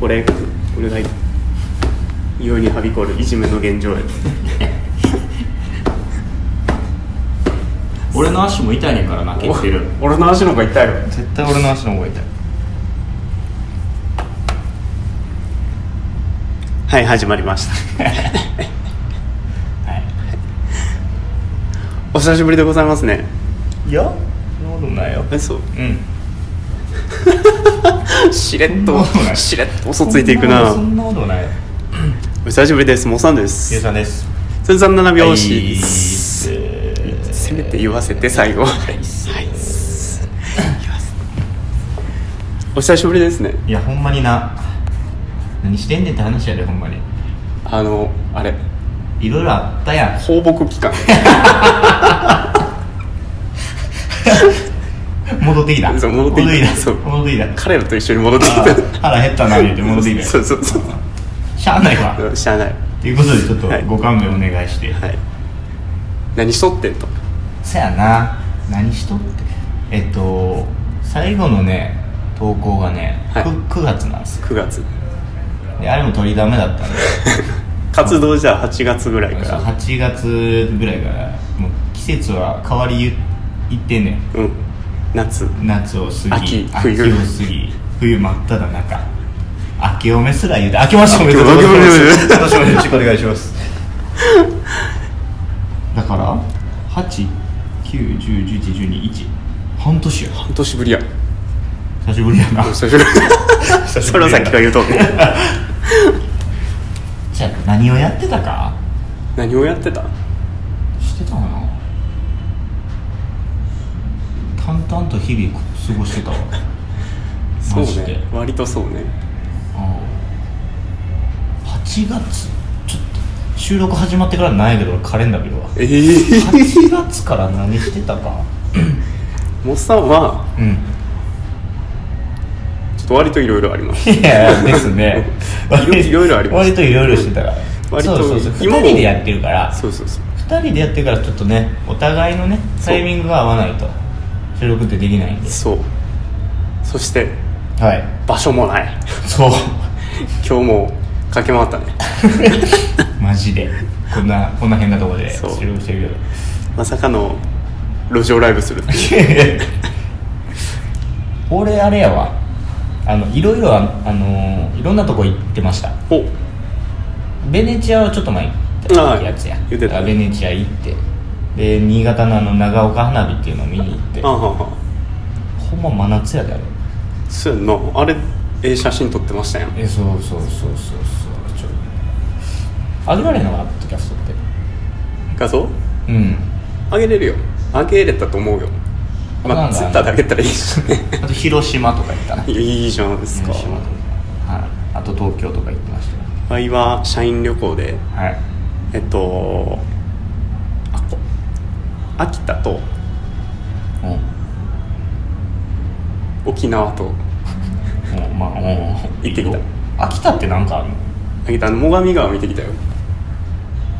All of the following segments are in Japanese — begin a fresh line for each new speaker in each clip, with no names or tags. これこれが世にはびこるいじめの現状や
俺の足も痛いねんからな蹴ってる
お俺の足の方が痛いよ
絶対俺の足の方が痛い
はい始まりましたお久しぶりでございますね
いやそんなことないよ
えそう
うん
しれっと
そんなことない
しれっと嘘ついていくな
そんなことないよ
お久しぶりですモさんで
ゆう
す
さんです
千三七拍子、
はいせー
せめて言わせて最後
はい
お久しぶりですね
いやほんまにな何してんねんって話やでほんまに
あのあれ
いろいろあったやん
放牧期間
戻ってきた
そう戻ってきたそう
戻ってきた
彼らと一緒に戻ってき
あ
た
ー腹減ったな言うて戻ってきた
そうそうそう
しゃあないわ
うんしゃあない
ということでちょっと
はい
ご勘弁お願いして、
はい何しとってんと
そやな何しとってえっと最後のね投稿がね、
はい
く 9, 月なんですよ
9月
であれも取りだめだったんで
活動じゃあ8月ぐらいか
そう
ら
8月ぐらいからもう季節は変わりゆいってんねん
うん夏
夏を過ぎ
秋冬
を過ぎ冬真っ只中明けおめすら言うて明けましておめでとう
明けおめでとう
今年もよろしくお願いしますだから891011121半年や
半年ぶりや
久しぶりやな
お久しぶり
久し
そ
ぶ
れは
り
さっ
やな
きが言うとって
じゃあ何をやってたか
何をやってた
してたかな淡々と日々過ごしてたわ
そ
マ
う
ジで
ね割とそうね
8月ちょっと収録始まってからなんやけど俺カレンダー見るわ
ええ
8月から何してたか
モッさんは
うん
ちょっと割といろいろあります
いやですね
いろいろあります
割といろいろしてたから
割
そ
と
うそうそう
今
2
も
人でやってるから
そうそうそう
2人でやってるからちょっとねお互いのね
そう
タイミングが合わないと収録ってできないんで
そうそして
はい
場所もない
そう
今日も駆け回ったね
マジでこんなこんな変なとこで
そう
収録してるけど
まさかの路上ライブするっていう
俺あれやわあのいろいろああのいろんなとこ行ってました
お
ベネチアはちょっと前行ったやつや
ああ言ってた
だからベネチア行ってで新潟のあの長岡花火っていうのを見に行って
あはは
ほんま真夏やであれ
そうやんなあれええ写真撮ってましたやん
えそうそうそうそうそうちょあげられへんのかなポッドキャストって
画像
うん
あげれるよあげれたと思うよま
なん
あ
だ
ツイッターであげたらいいしね
あと広島とか行ったない
やいいじゃないですか
広島とかはいあと東京とか行ってましたよ
ワイは社員旅行で
はい
えっとあこ秋田と
うん
沖縄と
うんまあうん
行ってきた
秋田ってなんかあるの
秋田の最上川見てきたよ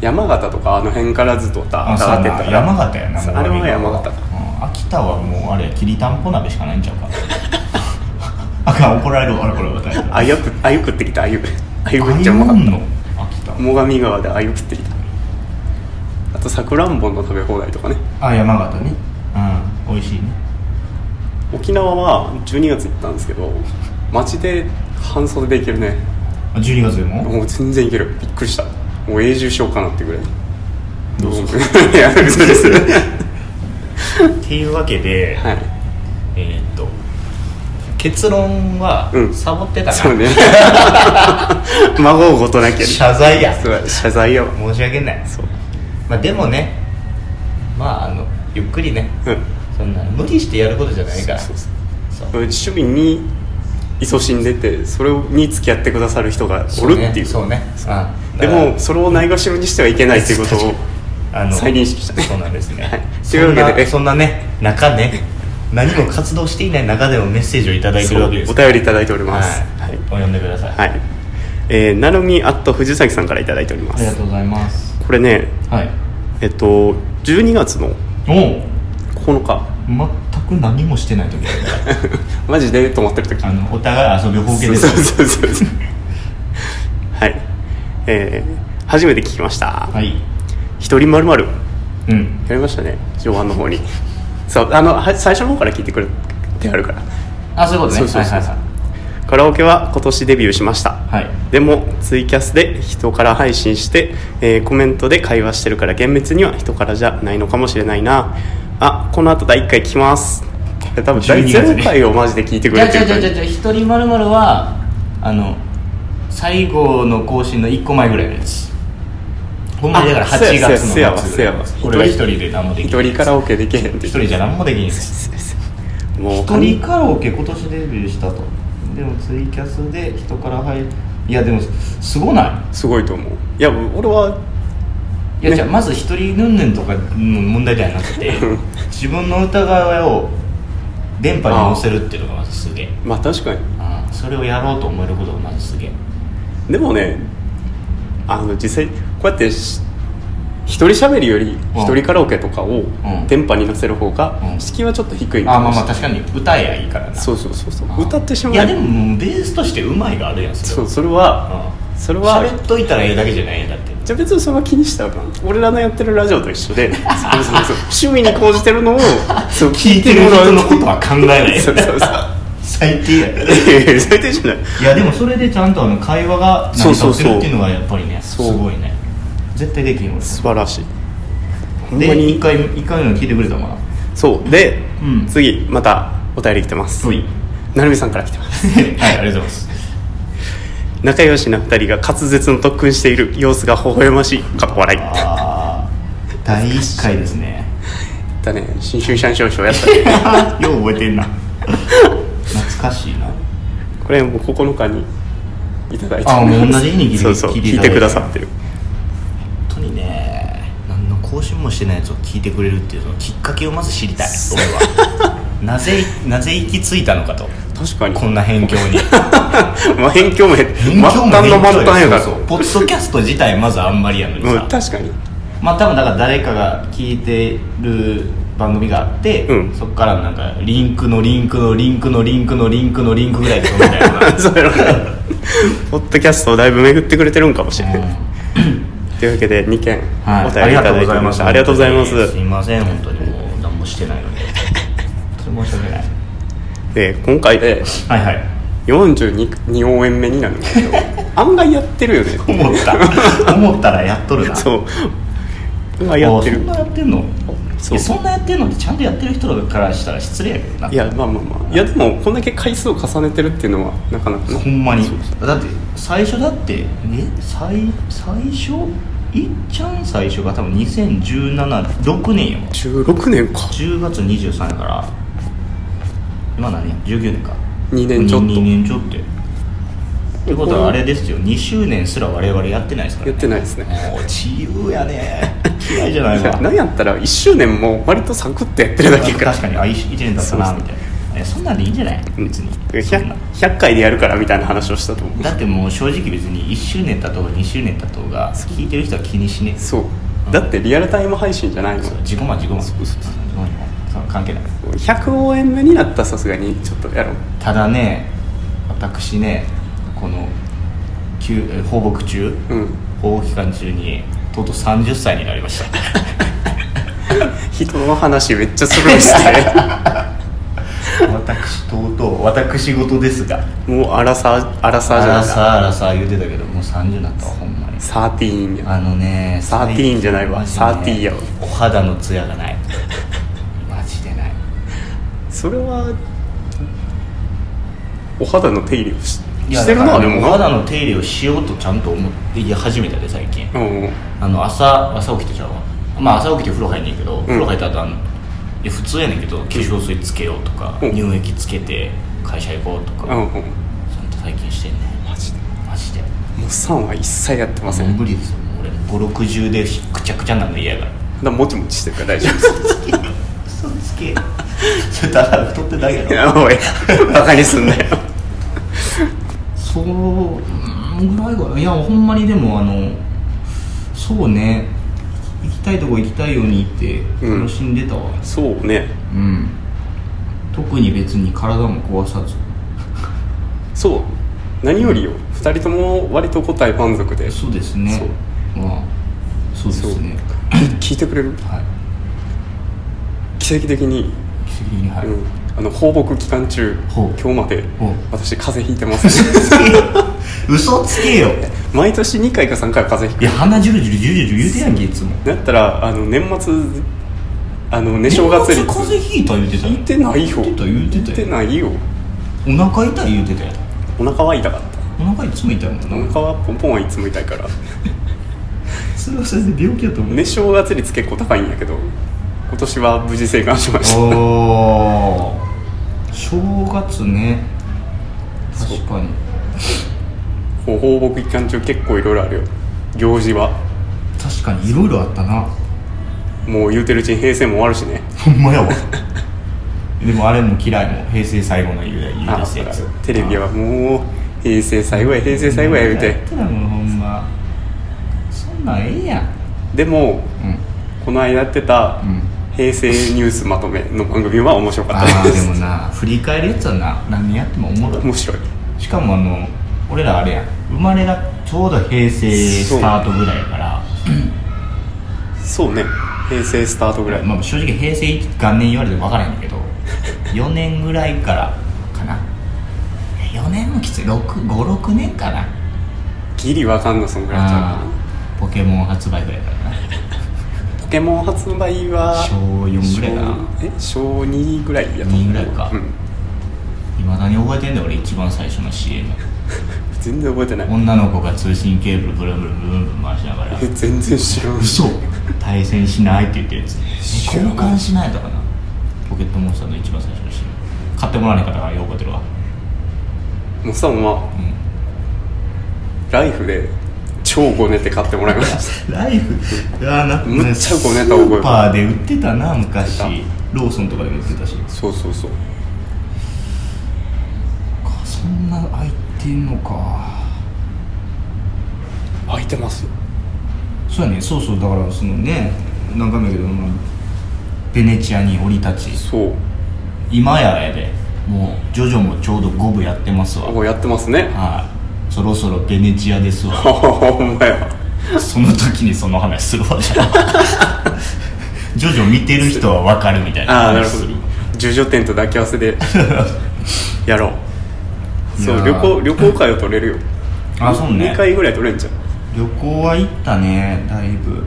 山形とかあの辺からずっとた
そう
たって
や
た
な
から
山形やな
そう
も
あ
う
れは山形
うん秋田はもうあれきりたんぽ鍋しかないんち ゃうかあかん怒られるわあれこれまた
あゆくあゆ食ってきたあゆ あゆめっちゃうまか
あ
っ
ん
た
の秋田
最上川であゆ食ってきたあとさくらんぼの食べ放題とかね
あ山形ねうん美味しいね
沖縄は12月行ったんですけど街で半袖で行けるね
あ12月でも
もう全然行けるびっくりしたもう永住しようかなってぐらい
どうぞ
いや嘘です
っていうわけで
はい
えーっと結論は
うん
サボってたな
そう ね孫をごとなきゃね
謝罪や
そうや謝罪やわ
申し訳ない
そう
まあでもねまああのゆっくりね
うん
そんな無理してやることじゃないから
そうそう
そう
そう趣味に勤しんでてそれに付き合ってくださる人がおるっていう
そうねそうねうん
で
だから
もそれをないがしろにしてはいけないということを
あの
再認識したね
そうなんですね、
はい
そん
というわ
な
けで
そんなね中ね何も活動していない中でもメッセージをいただいて
そう
る
お
わけです
便りいただいております
は、
はいい
お読んでください、
はいえーなるみアット藤崎さんからいただいておりま
ありが
す
とうございます
これね
はい
えっと12月の
お
9日
お全く僕何もしてない時
マジでと思ってる時
あのお互い遊びほうけ
そ
で
う
す
そうそうそう はいえー、初めて聞きました
はい
「一人まるまる
うん
やりましたね上半の方にそうあのは最初の方から聞いてくれてあるから
あそういうことね
そうそうそう
はいはい
カラオケは今年デビューしました、
はい、はい、
でもツイキャスで人から配信して、えーコメントで会話してるから厳密には人からじゃないのかもしれないなあこの後第1回聞きますえ多分第
12月に
0回をマジで聞いてく
じゃ
れ
あ
て
じ
る
ゃあじ
感
ゃあじゃあ
じ
じゃあ一人まるまるはあの最後の更新の一個前ぐらいのやつほんまにだから
あ
8
せや
月の
せやわ
末
せやわせやわ
俺が一人で何もでき
一
ない
人カラオケできへんって
一人じゃ何もできない
もう
一人カラオケ今年デビューしたとでもツイキャスで人から入るいやでもすごない
すごいと思ういや俺はい
や、
ね
じゃあまず一人ぬんぬんとかの問題ではなくて 自分の歌声を電波に乗せるっていうのがまずすげえ
まあ確かに
うんそれをやろうと思えることがまずすげえ
でもねあの実際こうやってし一人喋りより
うん
一人カラオケとかを
ん
電波に乗せる方が
うん
敷居はちょっと低い
あまあまあ確かに歌えやいいからな
そううそうそうそう歌ってしまう
いやでももうベースとしてうまいがあるやんそれ
そう
は
それは
うん
それは
喋っといたらええだけじゃないやんだって
じゃあ別にそれは気にしたらあかん俺らのやってるラジオと一緒 でそうそうそう趣味に講じてるのをそう
聞いてる
もらう
人のことは考えない
そうそうそう
最低やね
いやいや最低じゃない
いやでもそれでちゃんとあの会話が成り立ってるっていうのがやっぱりねす
そうそうそう
ごいね絶対できん俺
素晴らしいほんま
で
に
一回一回の聞いてくれたかな
そうで、
うん
次またお便り来てます、
はい
なるみさんから来てます
はいありがとうございます
仲良しな二人が滑舌の特訓している様子が微笑ましいかっこ笑い
あー第一回ですね
だね新春シャンションショーやったね
よう覚えてんな懐かしいな
これもう9日にいただいて
あもう同じ日に聞いて
そうそう
聞いて
聞
い
い
ただいて
てくださってる
本当にね何の更新もしてないやつを聞いてくれるっていうそのきっかけをまず知りたい俺 はなぜなぜ行き着いたのかと
確かに
こんな辺境 に
まあ辺境もへ末
勉強
端
も
の末端やから
そうそうポッドキャスト自体まずあんまりやのに
うん
さ
確かに
まあ多分だから誰かが聞いてる番組があって、
うん
そっからなんかリンクのリンクのリンクのリンクのリンクのリンクぐらいで飛んだよ な
そうやろ ねポッドキャストをだいぶ巡ってくれてるんかもしれない、というわけで2件
はい
お便りいただいておりました、ありがとうございます
すいません本当にもう何もしてない のでそれ申し訳ない
で今回で
はいはい
42応援目になるんだけど案外やってるよ ね
思っ た思ったらやっとるなう
そう案外やってる
そんなやってんの
そう
いやそんなやってんのってちゃんとやってる人からしたら失礼やけどない
やまあまあまあいやでもこんだけ回数を重ねてるっていうのはなかなかな
ほんまに
そうそう
だって最初だってえ最最初いっちゃん最初が多分20176年よ
16年か
10月23やから今何年19年か
2年ちょっと
2年ちょっとよってことはあれですよ2周年すら我々やってないですから、ね、
やってないですね
もうチームやね嫌いじゃない
いや
わ
なんやったら1周年も割とサクッとやってるだけやから
確かにあ1年だったな
そう
み
そう
たいなえそんなんでいいんじゃない
うん
別にそんな
100, 100回でやるからみたいな話をしたと思う
だってもう正直別に1周年経とうが2周年経とうが聞いてる人は気にしねえ
そうだってリアルタイム配信じゃないの
そう自己満自己満
そうそうそう
自己満その関係ない
100応援目になったらさすがにちょっとやろう
ただね私ねこの休え放牧中、
うん
放牧期間中にとうとう30歳になりました
人の話めっちゃするん して
私とうとう私事ですが
てもうアラサーアラサー
あ
じゃな
ら
いな
さあらさあ言うてたけどもう30になったわほんまに
サーティーンや
あのね
13じゃないわ
マジでね
30やわ
お肌のツヤがないマジでない
それはお肌の手入れをし
いや
してるな
だか
で
ら
も
お肌
な
の手入れをしようとちゃんと思っていや始めたで最近
うんうん
あの朝朝起きてちゃうわまあ朝起きて風呂入んねんけど、風呂入った後あのいや普通やねんけど化粧水つけようとか、
うん
乳液つけて会社行こうとか、
う
そん、
んうん
と最近してんね
マジで
マジで
もっさんは一切やってませ
もうん無理ですよもう俺560でくちゃくちゃなの嫌やから
だもちもちしてるから大丈夫です
嘘つけ それただ太ってだけやろ
いやおいバカにすんなよ
そううんぐらいかないやほんまにでもあのそうね行きたいとこ行きたいように行って
うん
楽しんでたわ
そうね
うん、特に別に体も壊さず
そう何よりよ2人とも割と答え満足で
そうですね
そう
まあそうですね
聞いてくれる
はい
奇跡的に、
奇跡的にはい、
うんあの放牧期間中
ほう
今日まで
ほう
私風邪ひいてます
嘘つけよ
毎年2回か3回は風邪ひ
いや鼻ジュルジュルジュルジュル言うてやんけいつも
くだったらあの年末あの寝正月率
年末風邪ひいた言うてたやん
言ってないよ
言ってた言うてた
言ってないよ
お腹痛い言うてたやん
お腹は痛かった
お腹いつも痛いもん
お
な
腹はポンポンはいつも痛いから
それはそれで病気だと思う
寝正月率結構高いんやけど今年は無事生還しました
おお正月ね
そう
確かに
こう放牧期間中結構いろいろあるよ行事は
確かにいろいろあったな
もう言うてるうちに平成も終わるしね
ほんま やわでもあれも嫌いも平成最後の言う言う
あ
出すやつ
テレビはもう平成最後や平成最後や言うて
やったらもうほんまそんなんええやん
でもこの間やってた
うん、うん、
平成ニュースまとめの番組は面白か
あ
った
あ
で
ですもな振り返るやつはな何やってもおもろい
面白い
しかもあの俺らあれやん生まれがちょうど平成スタートぐらいやから
そうね平成スタートぐらい
まあ、正直平成元年言われても分からへんけど 4年ぐらいからかな4年もきつい656年かな
ギリわかんのそんぐらいちゃうか
あーポケモン発売ぐらいからな
なポケモン発売は
小4ぐらいかな
小え小2ぐらいやと思う
2ぐらいか
うん
いまだに覚えてんだよ俺一番最初の CM
全然覚えてない
女の子が通信ケーブルブルブルブルブル回しながら
え全然知らん
嘘対戦しないって言ってるやつ
知らん
交換しないとかなポケットモンスターの一番最初の CM 買ってもらわない方がよう覚えてるわ
もうさんは
うん
ライフで超ごねて買ってもらいまし
ライフあな
むっちゃごねた覚
ス
えが
ーパーで売ってたな昔
売っ
ローソンとかでも売ってたした
そうそうそう
そんな空いてんのか
開いてますよ
そうやねそうそうだからそのね何回も言うけどまあベネチアに降り立ち
そう
今ややでもうジョジョもちょうど五部やってますわ
おやってますね
はいそろそろベネチアですわ
あほんまや
その時にその話する わじゃあジョジョ見てる人は分かるみたいな
ああなる
話
ほ
す
ど
る
叙々店と抱き合わせ でやろうそ
いうやー
旅行旅行会を取れるよ
あそうね
2回ぐらい取れんじゃん
旅行は行ったねだいぶ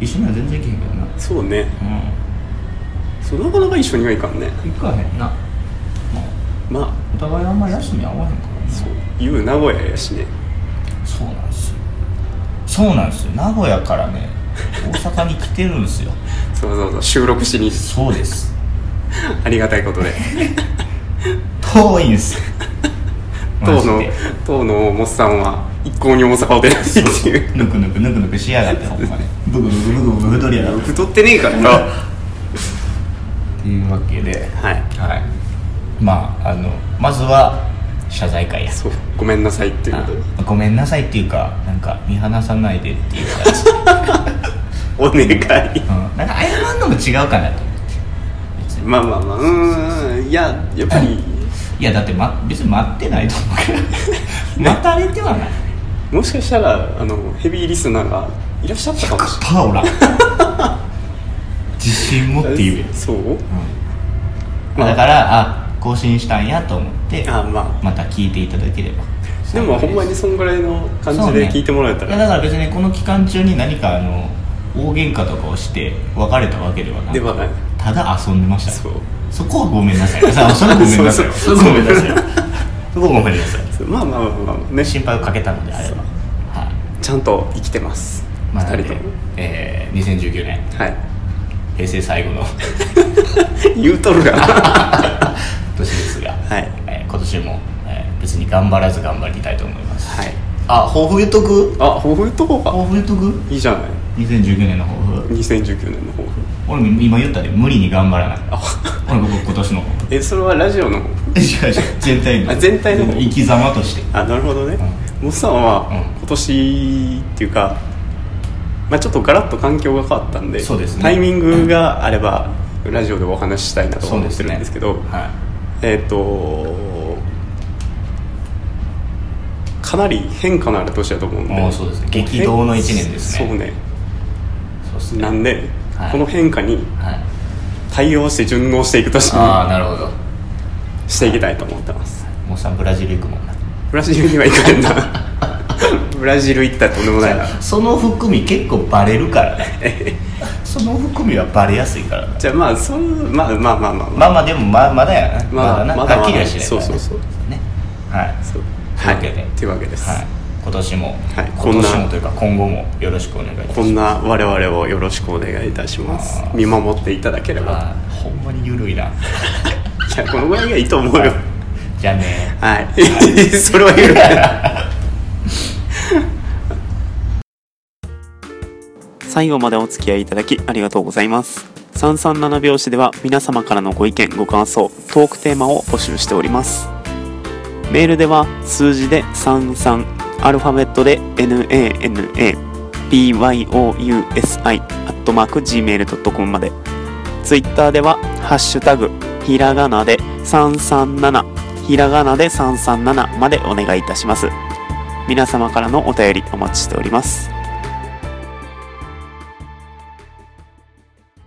一緒には全然行けへんけどな
そうね
う
そうなかなか一緒にはいかんね
ん行かへんな
まあ
お互いあんま休み合わへんからな
そういう名古屋やしね
そうなんですよそうなんですよ名古屋からね大阪に来てるんですよ
そうそうそう収録しに
そうです
ありがたいことで
遠いん ですよ
当
マ
の
ジで
当のモスさんは一向に大阪を出ないっていう
ぬくぬくぬくぬくしやがってほんまにブクブクブクブク太りやがって
太ってねえからな は
っていうわけで
い
はいまああのまずは謝罪会や
そうごめんなさいっていうことで
あごめんなさいっていうかなんか見放さないでっていう感じ
お願い
うんなんか謝るのも違うかなと思って別に
まあまあまあうーんいややっぱり
いやだって、ま、別に待ってないと思うから 待たれてはない
もしかしたらあのヘビーリスナーがいらっしゃったかもし
パオラ自信持っ
れな
て
い
言え、
そう
うん、だからあ更新したんやと思って
あま
また聞いていただければ
あでもほんまにそんぐらいの感じで聞いてもらえた
いや
ら、
だから別にこの期間中に何かあの大喧嘩とかをして別れたわけではな
で
い
はない
ただ遊んでました
そう
そこはごめんなさいさあそれはごめんなさい よ
そうそう
それはごめんなさいよそこはごめんなさい
そうまあまあまあまあね
心配をかけたのであれば、はい
ちゃんと生きてます
まあ、
2
なの
人と
で
も、
えー、2019年
はい
平成最 後の
言うとるが な
年ですが、
はい
えー今年も、えー別に頑張らず頑張りたいと思います、
はい
あ抱負言っとく
あ抱負言っとこうか
抱負言っとく
いいじゃない
2019年の抱負
2019年の抱負
俺も今言ったで無理に頑張らない
あ
俺僕今年の抱負
えそれはラジオの抱負
え 違う違う全体の
あ全体の抱負
生き様として
あなるほどね、モスさんは
うん
今年っていうか、まあ、ちょっとガラッと環境が変わったんで
そうですね
タイミングがあればラジオでお話ししたいなと
そう
思
で
って
す
る
ね
んですけど
は
えっ、とかなり変化のある年だと思うんで
もうそうですね激動の1年ですね
そうね
そうですね
なんで、
はい
この変化に
はい
対応して順応していく年
ああ
に
なるほど
していきたいと思ってます
もうさんブラジル行くもんな
ブラジルには行か れんなブラジル行ったらとんでもないな
その含み結構バレるからね その含みはバレやすいからな
じゃあまあそういうまあまあまあまあまあ
まあまあでもままだやな
まだ
な
まだ
はっきりはしないから
そうそうそう
ねはい
そう
というわけで
はい、というわけです、
はい、今年も、
はいこんな
今年もというか今後もよろしくお願いいたします
こんな我々をよろしくお願いいたします
あー
見守っていただければ
はいほんまにゆるいな
いやこのぐらいがいいと思うよ
じゃあね
はい それは言う最後までお付き合いいただきありがとうございます337拍子では皆様からのご意見ご感想トークテーマを募集しておりますメールでは数字で33アルファベットで nanabyousi.gmail.com までツイッターでは「ハッシュタグひらがな」で337ひらがなで337までお願いいたします皆様からのお便りお待ちしております